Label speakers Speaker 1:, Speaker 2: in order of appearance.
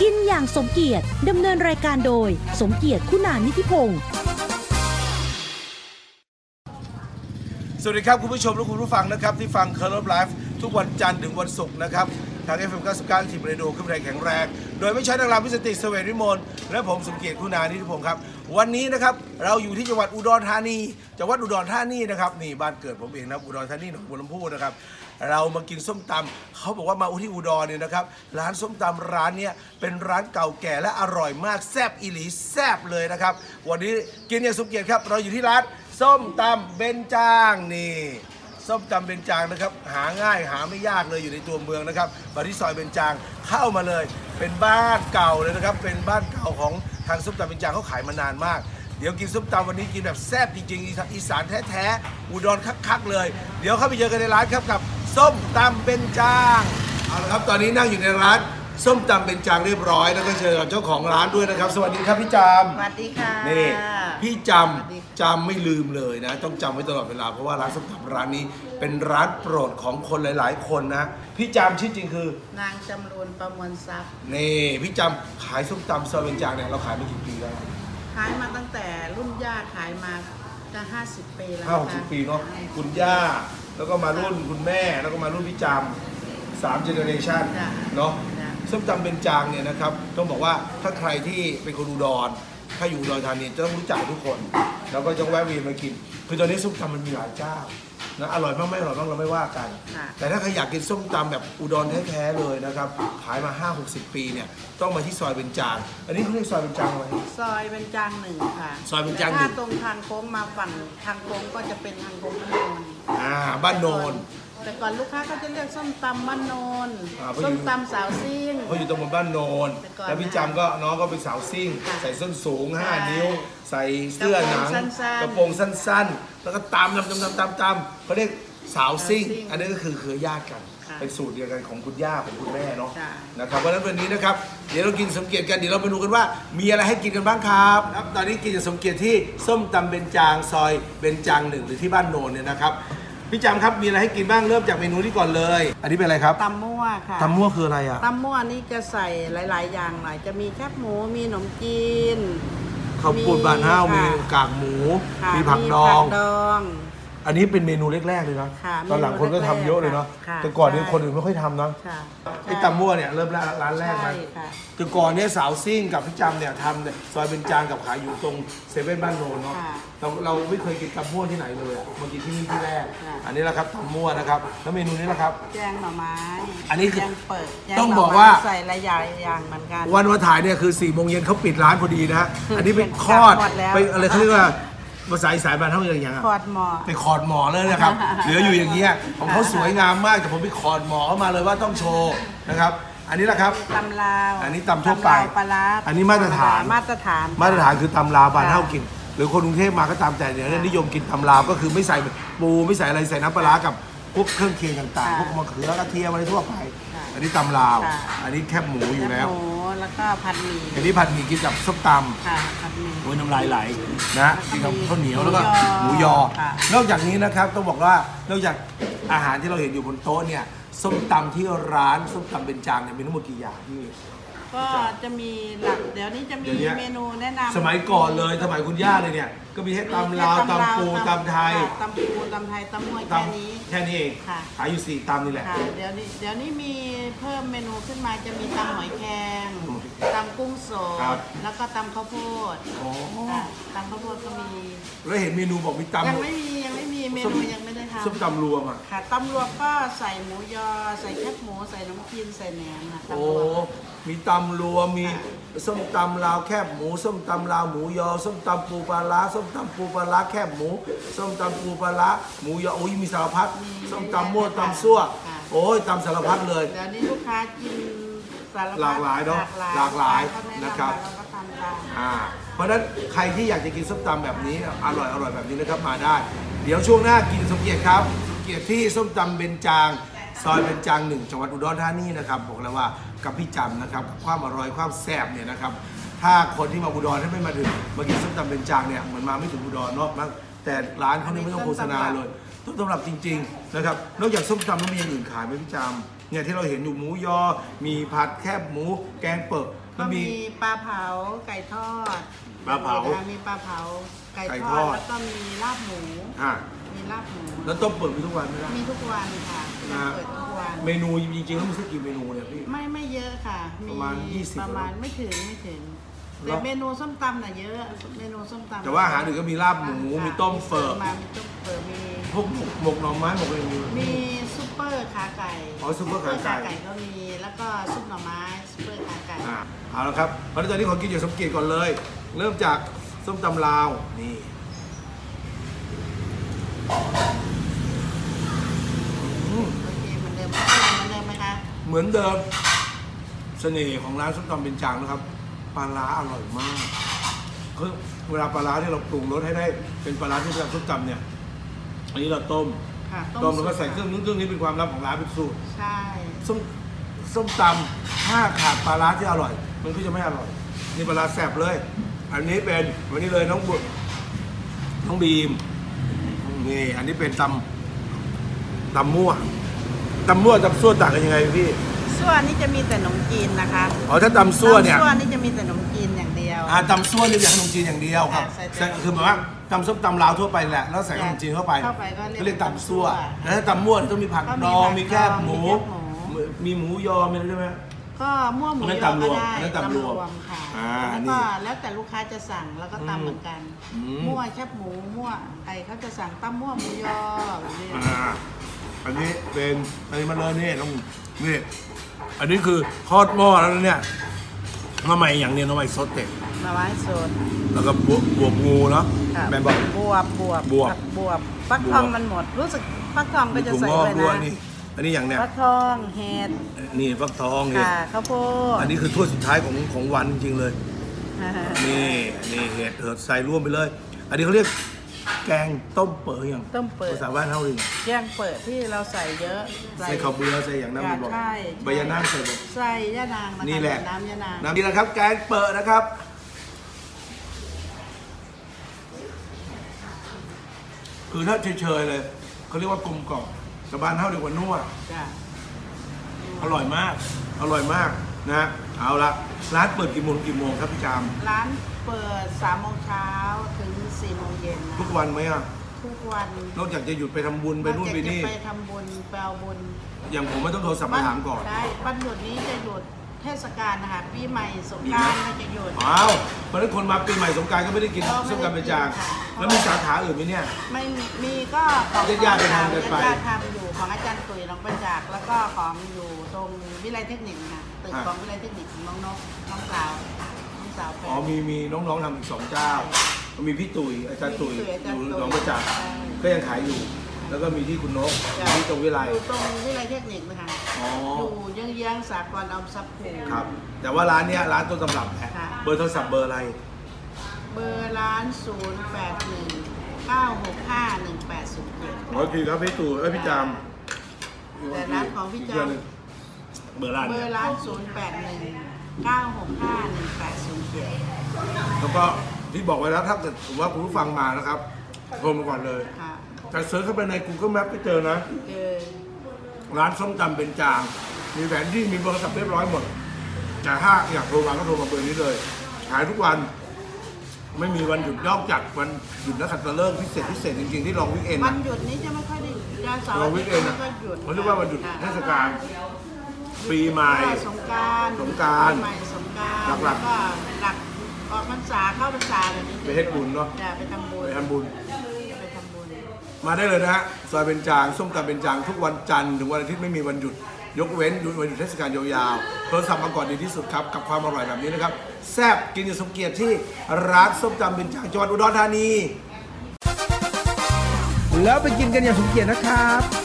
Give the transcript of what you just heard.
Speaker 1: กินอย่างสมเกียรติดำเนินรายการโดย สมเกียรติคุณานิธิพงศ์
Speaker 2: สวัสดีครับ คุณผู้ชมและคุณผู้ฟังนะครับ ที่ฟังเคอร์ลไลฟ์ทุกวันจันทร์ถึงวันศุกร์นะครับ ทาง FM 99ทีมเรดิโอขึ้นแรงแข็งแรง โดยไม่ใช้นักรำพิสติเสเวทวิมลและผมสมเกียรติคุณานิธิพงศ์ครับ วันนี้นะครับเราอยู่ที่จังหวัดอุดรธานีจังหวัดอุดรธานีนะครับนี่บ้านเกิดผมเองนะครับอุดรธานีหนองบัวลำพูนะครับ เรามากินส้มตำเขาบอกว่ามาอุที่อุดรเนี่ยนะครับร้านส้มตำร้านเนี้ยเป็นร้านเก่าแก่และอร่อยมากแซบอีหลีแซบเลยนะครับวันนี้กินอย่างสมเกียรติครับเราอยู่ที่ร้าน ส้มตำเบนจางนี่ ส้มตำเบญจางนะครับ หาง่ายหาไม่ยากเลยอยู่ในตัวเมืองนะครับมาที่ซอยเบญจางเข้ามาเลย เป็นบ้านเก่าเลยนะครับ เป็นบ้านเก่าของทางส้มตำเบญจางเขาขายมานานมาก เดี๋ยวกินส้มตำวันนี้กินแบบแซ่บจริงๆอีสานอีสานแท้ๆอุดรคักๆเลย เดี๋ยวเข้าไปเจอกันในร้านครับกับ ส้มตำเบญจางเอาละครับตอนนี้นั่งอยู่ในร้าน ส้มตำเบญจางเรียบร้อย แล้วก็เจอกับเจ้าของร้านด้วยนะครับ สวัสดีครับพี่จาม
Speaker 3: สวัสดีค่ะ
Speaker 2: นี่พี่จ
Speaker 3: สวัสดีค่ะ
Speaker 2: ำจำไม่ลืมเลยนะ ต้องจำไว้ตลอดเวลาเพราะว่าร้านส้มตำร้านนี้เป็นร้านโปรดของคนหลาย ๆ คนนะพี่จำชื่อจริงคือน
Speaker 3: างจำรูนประมวลทรัพย์
Speaker 2: นี่พี่จำขายส้มตำซอยเบญจางเนี่ยเราขายมากี่ปีแล้ว
Speaker 3: ขายมาตั้งแต่รุ่นย่าขายมาจะ50 ปีแล้ว
Speaker 2: ห้าหก
Speaker 3: นะ
Speaker 2: สิ
Speaker 3: คะ
Speaker 2: บปีเนาะคุณย่าแล้วก็มารุ่นคุณแม่แล้วก็มารุ่นพี่จำสามเจเนอเรชัน
Speaker 3: จ้
Speaker 2: เนาะ
Speaker 3: จ้
Speaker 2: ส้มตำเบญจางเนี่ยนะครับต้องบอกว่าถ้าใครที่เป็นคนอุดร ถ้าอยู่อุดรธานีจะต้องรู้จักทุกคน แล้วก็จะแวะเวียนมากิน คือตอนนี้ส้มตำมันมีหลายเจ้านะอร่อยบ้างไม่อร่อยบ้างเราไม่ว่ากัน
Speaker 3: ค่ะ
Speaker 2: แต่ถ้าใครอยากกินส้มตำแบบอุดรแท้ๆเลยนะครับขายมา 5 6 0 ปีเนี่ยต้องมาที่ซอยเบญจางอันนี้เขาเรียกซอยเบญจางไหม
Speaker 3: ซอยเบญจางหนึ่งค่ะ
Speaker 2: ซอยเบญจางหนึ่ง
Speaker 3: แต่ถ้าตรงทางโค้งมาฝั่งทางโค้งก็จะเป็นทางโค้งบ้านโนน
Speaker 2: อ่าบ้านโนน
Speaker 3: แต่ก่อนลูกค้าก็จะเรียกส้มตำบ้านโนน
Speaker 2: อ่าเพราะอยู่
Speaker 3: ส้มตำสาวซิ่ง
Speaker 2: เขาอยู่ตำบลบ้านโนน
Speaker 3: แต่ก่อน
Speaker 2: แล้วพี่จำก็น้องก็เป็นสาวซิ่ง
Speaker 3: ค่ะ
Speaker 2: ใส่ส้นสูง
Speaker 3: ใช่
Speaker 2: 5 นิ้ว ใส่เสื้อหนัง
Speaker 3: กระโปรงสั้
Speaker 2: กระโปร
Speaker 3: นๆ
Speaker 2: งสั้นๆ แล้วก็ตามตามตามตามตามเขาเรียกสาวซิ่ง
Speaker 3: สาวซิ่ง
Speaker 2: อันนี้ก็คือเครือญาติกัน
Speaker 3: ค่ะ
Speaker 2: เป็นสูตรเดียวกันของคุณย่าของคุณแม่เนาะ
Speaker 3: ใช่
Speaker 2: นะครับเพราะฉะนั้นวันนี้นะครับ เดี๋ยวเรากินสมเกียรติกันเดี๋ยวเราไปดูกันว่ามีอะไรให้กินกันบ้างครับครับ ตอนนี้กินกับสมเกียรติที่ส้มตำเบญจางซอยเบญจางหนึ่งหรือที่บ้านโนนเนี่ยนะครับพี่จำครับมีอะไรให้กินบ้างเริ่มจากเมนูนี้ก่อนเลย อันนี้เป็นอะไรครับ
Speaker 3: ตำมั่วค่ะ
Speaker 2: ตำมั่วคืออะไรอ่ะ
Speaker 3: ตำมั่วนี่จะใส่หลาย ๆ อย่างหน่อยจะมีแคบหมูมีขนมจีน
Speaker 2: ข้าวโพดบานห้าว
Speaker 3: มี
Speaker 2: มี
Speaker 3: ค่ะ
Speaker 2: กากหมู
Speaker 3: ค่ะ
Speaker 2: มีผักดอง
Speaker 3: มีผักดอง
Speaker 2: อันนี้เป็นเมนูแรกๆเลยนะ
Speaker 3: ค่ะ
Speaker 2: ตอนหลังคนก็ทำเยอะเลยเนาะ
Speaker 3: ค่ะ
Speaker 2: แต่ก่อนเนี่ย
Speaker 3: ใช่
Speaker 2: คนอื่นไม่ค่อยทำนะ
Speaker 3: ค่ะ
Speaker 2: ไอ้ตำมั่วเนี่ยเริ่มแรกร้านแรก
Speaker 3: ใช่
Speaker 2: นะ
Speaker 3: ค่ะ
Speaker 2: แต่ก่อนเนี่ยสาวซิ่งกับพี่จำเนี่ยทำเนี่ยซอยเบญจางกับขายอยู่ตรงเซเว่นบ้านโนนเนาะ
Speaker 3: ค่ะ
Speaker 2: เราเราไม่เคยกินตำมั่วที่ไหนเลยอะมากินที่นี่ที่แรก
Speaker 3: ค่ะ
Speaker 2: อันนี้แหละครับตำมั่วนะครับแล้วเมนูนี้แหละครับ
Speaker 3: แกงหน่อไม้
Speaker 2: อันนี้คือ
Speaker 3: แกงเปิดแง
Speaker 2: ต้องบอก
Speaker 3: หน่ไม้
Speaker 2: ว่า
Speaker 3: ใส่หลายอย่างเหมือนกัน
Speaker 2: วันวันถ่ายเนี่ยคือ4ี่โมงเย็นเขาปิดร้านพอดีนะ อันนี้เป็นคลอด
Speaker 3: คลอดแล้ว
Speaker 2: ไปอะไรเขาเรียกว่าภาษาอีสานบ้านเท่าไหร่อย่างเงี้ย
Speaker 3: ทอดหม้อ
Speaker 2: ไปคอร์ดหมอเลยนะครับ เหลืออยู่อย่างเงี้ยของเขาสวยงามมากแต่ผมไปคอร์ดหมอเข้ามาเลยว่าต้องโชว์นะครับ อันนี้แหละครับ
Speaker 3: ตำลาว
Speaker 2: อันนี้ตำทั่วไป
Speaker 3: ลาวปลาร้า
Speaker 2: อันนี้มาตรฐาน
Speaker 3: มาตรฐาน
Speaker 2: มาตรฐานคือตำลาวบานเท่ากิน หรือคนกรุงเทพมาก็ตามแต่เนี่ยนิยมกินตำลาวก็คือไม่ใส่ปูไม่ใส่อะไรใส่น้ำปลาร้ากับพวกเครื่องเคียงต่างๆพวกมะเขือกระเทียมอะไรทั่วไป อันนี้ตำลาว อันนี้แคบหมูอยู่แล้ว
Speaker 3: โอ้แล้วก็ผัดหมี่
Speaker 2: อันนี้ผัดหมี่กินกับส้มตำ
Speaker 3: ค่ะผัดหมี่
Speaker 2: โอ้ยน้ำลายไหลนะกินกับข้าวเหนียวแล้วก็ห
Speaker 3: หมู
Speaker 2: มูย
Speaker 3: ย
Speaker 2: อ
Speaker 3: อค่ะ
Speaker 2: นอกจากนี้นะครับต้องบอกว่านอกจากอาหารที่เราเห็นอยู่บนโต๊ะเนี่ยส้มตำที่ร้านส้มตำเบญจางเนี่ยมีทั้งหมดกี่อย่างพี่
Speaker 3: ก็จะมีหลักเดี๋ยวนี้จะมี
Speaker 2: เดี๋ยวเนี้ย
Speaker 3: เมนูแนะนำ
Speaker 2: สมัยก่อนเลยสมัยคุณย่าเลยเนี่ย ก็มีให้ตำลาว
Speaker 3: มีแค่
Speaker 2: ตำปูตำไทย
Speaker 3: ค่ะตำปูตำไทยตำมวยแค่นี้
Speaker 2: แค่นี้เอง
Speaker 3: ค่ะ
Speaker 2: ขายอยู่สี่ตำนี่แหละ
Speaker 3: ค่ะเดี๋ยวนี้เดี๋ยวนี้มีเพิ่มเมนูขึ้นมาจะมีตำหอยแครง
Speaker 2: อืม
Speaker 3: ตำกุ้งส
Speaker 2: ครั
Speaker 3: ด
Speaker 2: บ
Speaker 3: แล้วก็ตำข้าวโพด
Speaker 2: โอ้
Speaker 3: ค่ะตำข้าวโพดก็มี
Speaker 2: แล้วเห็นเมนูบอกมี
Speaker 3: ยัง
Speaker 2: ตำ
Speaker 3: ไม่มียังไม่มีเมนูยังไม่ได้ท
Speaker 2: ส้มตำรวมอ่ะ
Speaker 3: ำค่ะตำรวจก็ใส่หมูยอ ใส่แคบหมูใส่น้ำกินใส่แหนมค่ะ
Speaker 2: โอ้
Speaker 3: ตำรวจ
Speaker 2: มีตำรวมมี
Speaker 3: ค่ะ
Speaker 2: ส้มตำลาวแคบหมูส้มตำลาวหมูยอส้มตำปูปลาร้าส้มตำปูปลาร้าแคบหมูส้มตำปูปลาร้าหมูยอโอ้ยมีสารพัดส้มตำมั่วตำซั่ว โอ้ยตำสารพัดเลย
Speaker 3: เดี๋ยวนี้ลูกค้ากินสารพัด
Speaker 2: หลากหลายเนอะห
Speaker 3: ห
Speaker 2: ลา
Speaker 3: ลาก ก
Speaker 2: ห
Speaker 3: ห
Speaker 2: ลา
Speaker 3: ลาย ย
Speaker 2: นะครับ
Speaker 3: เราก็ทำตาม
Speaker 2: อ่าเพราะฉะนั้นใครที่อยากจะกินส้มตำแบบนี้อร่อยอร่อยแบบนี้นะครับมาได้ เดี๋ยวช่วงหน้ากินสมเกียรติครับสมเกียรติที่ส้มตำเบญจางซอยเบญจางหนึ่งจังหวัดอุดรธานีนะครับบอกแล้วว่ากับพี่จำนะครับความอร่อยความแซ่บเนี่ยนะครับถ้าคนที่มาอุดรถ้าไม่มาถึงมากินส้มตำเบญจางเนี่ยเหมือนมาไม่ถึงอุดรเนาะมั้งแต่ร้านเขาเนี่ยไม่ต้องโฆษณาเลย ต้นตำรับจริงๆนะครับนอกจากส้มตำแล้วมีอย่างอื่นขายไหมพี่จามเนี่ยที่เราเห็นอยู่หมูยอ มีผัดแคบหมู แกงเปิดแล้
Speaker 3: ก็
Speaker 2: วมี
Speaker 3: มีปลาเผาไก่ทอด
Speaker 2: ปลาเผา
Speaker 3: อ่มีปลาเผาไก่
Speaker 2: ไก่
Speaker 3: ท
Speaker 2: ท
Speaker 3: อ
Speaker 2: อ
Speaker 3: ด
Speaker 2: ด
Speaker 3: แล้วก็มีลาบหมู
Speaker 2: อ่ะ
Speaker 3: มีลาบหมู
Speaker 2: แล้วต้มเปิดมีทุกวันไหมล่ะ
Speaker 3: มีทุกวันค่ะ
Speaker 2: นะฮะ
Speaker 3: เปิดทุกวัน
Speaker 2: เมนูจริงๆแล้วมีสักกี่เมนูเนี่ยพี่
Speaker 3: ไม่ไม่เยอะค่ะ
Speaker 2: ประมาณ20
Speaker 3: ประมาณไม่ถึงไม่ถึง
Speaker 2: เหร
Speaker 3: แต่
Speaker 2: อ
Speaker 3: เมนูส้มตำน่ะเยอะเมนูส้มตำ
Speaker 2: แต่ว่าอาหารอื่นก็มีลาบหมู มีต้มเฟิร์
Speaker 3: มามีต้มเปิดมี
Speaker 2: พวกหมกหมกหน่อไม้หมกอะไรมี
Speaker 3: มีซุปเปอร์ขาไก่
Speaker 2: อ๋อซุปเปอร์ขาไก่
Speaker 3: ซุปเปอร์ก็มีแล้วก็ซุปหน่อไม้ซุปเปอร์ขาไก่
Speaker 2: อ่ะเอาละครับเพราะฉะนั้นตอนนี้ขอกินอย่างสมเกียรติก่อนเลย เริ่มจากส้มตำลาว นี่อืม
Speaker 3: โอเคเหมือนเดิมเหมือนเดิมไหมคะ
Speaker 2: เหมือนเดิม เสน่ห์ของร้านส้มตำเป็นจางนะครับ ปลาร้าอร่อยมาก คือเวลาปลาร้าที่เราปรุงรสให้ได้เป็นปลาร้าที่เราส้มตำเนี่ย อันนี้เราต้ม
Speaker 3: ค่ะ
Speaker 2: ต้มแล้วก็ใส่เครื่องนู้นเครื่องนี้เป็นความลับของร้านเป็นสูตร
Speaker 3: ใช่
Speaker 2: ส้มส้มตำถ้าขาดปลาร้าที่อร่อย มันก็จะไม่อร่อย นี่ปลาร้าแสบเลย อันนี้เป็นวันนี้เลยน้องบุตรน้องบีมนี่อันนี้เป็นตำตำมั่วตำมั่วตำซั่วต่างกันยังไงพี่
Speaker 3: ส่วนนี้จะมีแต่ขนมจีนนะคะ
Speaker 2: อ๋อถ้าตำซั่วเนี่ย
Speaker 3: ส่วนนี้จะมีแต่ขนมจีนอย่างเดียว
Speaker 2: อ่าตำซั่วนี่เป็นขนมจีนอย่างเดียวครับ
Speaker 3: ใช่ใช่
Speaker 2: ใช่คือหมายว่าตำส้มตำลาวทั่วไปแหละแล้วใส่ขนมจีนเข้าไป
Speaker 3: เข้าไปก็เรียก
Speaker 2: เรียกตำซั่ว
Speaker 3: ตำซั่ว
Speaker 2: แล้วถ้าตำมั่วต้องมีผัก
Speaker 3: ก็มี
Speaker 2: ดอง
Speaker 3: ผัก
Speaker 2: มีแคบหมู
Speaker 3: ดองมีแคบหมู
Speaker 2: มีหมูยอมีอะไรด้วยไหม
Speaker 3: ก็มั่วหมู
Speaker 2: อันนั้น
Speaker 3: ยอ
Speaker 2: ตำร
Speaker 3: ก็
Speaker 2: วม
Speaker 3: ได้
Speaker 2: อันนั้นตำรวม
Speaker 3: ค่ะ
Speaker 2: อ่า
Speaker 3: แล้ว
Speaker 2: นี่
Speaker 3: ก็แล้วแต่ลูกค้าจะสั่งแล้วก็
Speaker 2: อืม
Speaker 3: ตำเหมือนกัน
Speaker 2: อืม
Speaker 3: มั่วแคบหมูมั่วไอ้เขาจะสั่งตำมั่วหมูยอแบบนี้
Speaker 2: อ่าอันนี้เป็นอันนี้มาเลยนี่ต้องนี่อันนี้คือทอดหม้อแล้วนะเนี่ยมาใหม่อย่างเนี้ยน้ำใหม่สดเต็ม
Speaker 3: มาไว้สด
Speaker 2: แล้วก็บวบบวบงูเนาะ
Speaker 3: ค่ะ
Speaker 2: แม่บอก
Speaker 3: บวบบว
Speaker 2: บวบ
Speaker 3: ผักบวบฟักทองมันหมด รู้สึกฟักทองก็
Speaker 2: มี
Speaker 3: จะ
Speaker 2: ถุง
Speaker 3: ใส่
Speaker 2: งอก
Speaker 3: ด้
Speaker 2: ด้
Speaker 3: วย
Speaker 2: วย
Speaker 3: นะ
Speaker 2: นี่อันนี้อย่างเนี้ย
Speaker 3: ฟักทองเห็ด
Speaker 2: นี่ฟักทองเนี่ย
Speaker 3: ค่ะข้าวโพ
Speaker 2: อั
Speaker 3: ด
Speaker 2: นนี้คือถ้วยสุดท้ายของของวันจริงๆเลย
Speaker 3: ฮ่าฮ่า
Speaker 2: นี่นี่เห็ดเห็ดใส่ร่วมไปเลย อันนี้เขาเรียกแกงต้มเปิดอย่าง
Speaker 3: ต้มเปิด
Speaker 2: ภาษาบ้านเขาเอง
Speaker 3: แกงเปิดที่เราใส่เยอะ
Speaker 2: ใส่ข้าวเบื่อใส่อย่างนั้นมันบอก
Speaker 3: ใช่
Speaker 2: ใบยะนางใส่บอก
Speaker 3: ใส่ยะนางค
Speaker 2: นี่แหละ
Speaker 3: น้ำยะนาง
Speaker 2: น้ำนี่นะครับแกงเปิดนะครับ คือถ้าเฉยๆเลยเขาเรียกว่ากลมกล่อมชาวบ้านเท่าเดียวกว่านัว
Speaker 3: จ้ะ
Speaker 2: อร่อยมาก อร่อยมากนะ เอาละร้านเปิดกี่โมงกี่โมงครับพี่จาม
Speaker 3: ร้านเปิด3โมงเช้าถึง4โมงเย็นนะ
Speaker 2: ทุกวันไหมอ่ะ
Speaker 3: ทุกวัน
Speaker 2: นอกจากจะหยุดไปทำบุญไปนู่นไปนี่
Speaker 3: เราจะไปทำบุญไปเอาบุญ
Speaker 2: อย่างผมไม่ต้องโทรสัมมาถามก่อน
Speaker 3: ได้วันหยุดนี้จะหยุดเทศกาลนะคะปีใหม่สงกรานต์ก็จะหยุด
Speaker 2: อ้าวเพราะฉะนั้นคนมาปีใหม่สงกรารก็ไม่ได้กิน
Speaker 3: ก็ไม่ได้
Speaker 2: ส้มตำไปจาง
Speaker 3: กินค่ะ
Speaker 2: แล้วมีสาขาอื่นไหมเนี่ย
Speaker 3: ไม่มีมีก็ของ
Speaker 2: ญาติๆไปทำกันไป
Speaker 3: ญาติๆทำอยู่ของอาจารย์ตุ๋ยน้องประจักษ์แล้วก็ของอยู่ตรงวิไลเทคนิคค่ะตึกของวิไลเทคนิคของน้องนกน้องสาวน้องสาวแฟน
Speaker 2: อ๋อมีมีน้องๆทำอีกสองเจ้า มีพี่ตุ๋ยอาจารย์ตุ๋ย
Speaker 3: มีพี่ตุ๋ย
Speaker 2: อยู่หน
Speaker 3: อาจารย์ตุ๋ย
Speaker 2: องประจักษ์
Speaker 3: ใช่
Speaker 2: ก็ยังขายอยู่ แล้วก็มีที่คุณนก
Speaker 3: ใช่
Speaker 2: ที่ตรงวิไล
Speaker 3: อยู่ตรงวิไลเทคนิคนะคะ
Speaker 2: อ๋อ
Speaker 3: อยู่เยื้องๆสากลออมทรัพย์ครู
Speaker 2: ครับ แต่ว่าร้านเนี้ยร้านต้นตำรับแหละ
Speaker 3: ค่ะ
Speaker 2: เบอร์โทรศัพท์เบอร์อะไร
Speaker 3: เบอร์ร้าน 0 8 1 9 6 5 1 8 0
Speaker 2: โอเคครับพี่ตุ๋ยเอ้ยพี่จาม
Speaker 3: แต่ร้านของพี่จาม
Speaker 2: เดืนหนึ่เบอร์ร้าน
Speaker 3: 7เบ
Speaker 2: เนี่
Speaker 3: อย ร์ร้าน 0 8 1 9 6 5 1 8 0 7
Speaker 2: แล้วก็ที่บอกไว้แล้วถ้าเกิดผมว่าคุณผู้ฟังมานะครับโทรมาก่อนเลย
Speaker 3: ค่ะ
Speaker 2: แต่เสิร์ชเข้าไปใน Google Map ก็เจอนะ
Speaker 3: เจอ
Speaker 2: ร้านส้มตำเป็นจาง มีแผนที่มีเบอร์โทรศัพท์เรียบร้อยหมด แต่ถ้าอยากโทรมาก็โทรมาเบอร์นี้เลย ขายทุกวัน ไม่มีวันหยุดนอกจากวันหยุดนักขัตฤกษ์พิเศษพิเศษจริงๆที่ลองวิกเอนด์
Speaker 3: วัน
Speaker 2: นะ
Speaker 3: หยุดนี้จะไม่ค่อยได้หยุดจะเสาร์
Speaker 2: ลอ
Speaker 3: อาง
Speaker 2: วิ
Speaker 3: ทิต
Speaker 2: ก
Speaker 3: ย์
Speaker 2: เอนด์
Speaker 3: ไม่
Speaker 2: นะ
Speaker 3: ค่อยหยุด
Speaker 2: เขาเรียกว่าวันหยุด
Speaker 3: ค่ะ
Speaker 2: เทศกาล ปีใหม่
Speaker 3: ก็สงกราร
Speaker 2: สงกรานต์
Speaker 3: ใหม่สงกราร
Speaker 2: หลักๆ
Speaker 3: ก็หลักออกพรรษาเข้าพรรษาแบบนี้
Speaker 2: ไปเฮ็ดบุญเนอะ
Speaker 3: จ้ไปทำบุญ
Speaker 2: ไปทำบุญ
Speaker 3: ไปทำบุญ
Speaker 2: มาได้เลยนะฮะซอยเบญจางส้มตำเบญจางทุกวันจันทร์ถึงวันอาทิตย์ไม่มีวันหยุด ยกเว้นหยุดวันหยุดเทศกาลยาวๆโทรศัพท์มาก่อนดีที่สุดครับ กับความอร่อยแบบนี้นะครับ แซ่บกินอย่างสมเกียรติที่ร้านส้มตำเบญจางจังหวัดอุดรธานี แล้วไปกินกันอย่างสมเกียรตินะครับ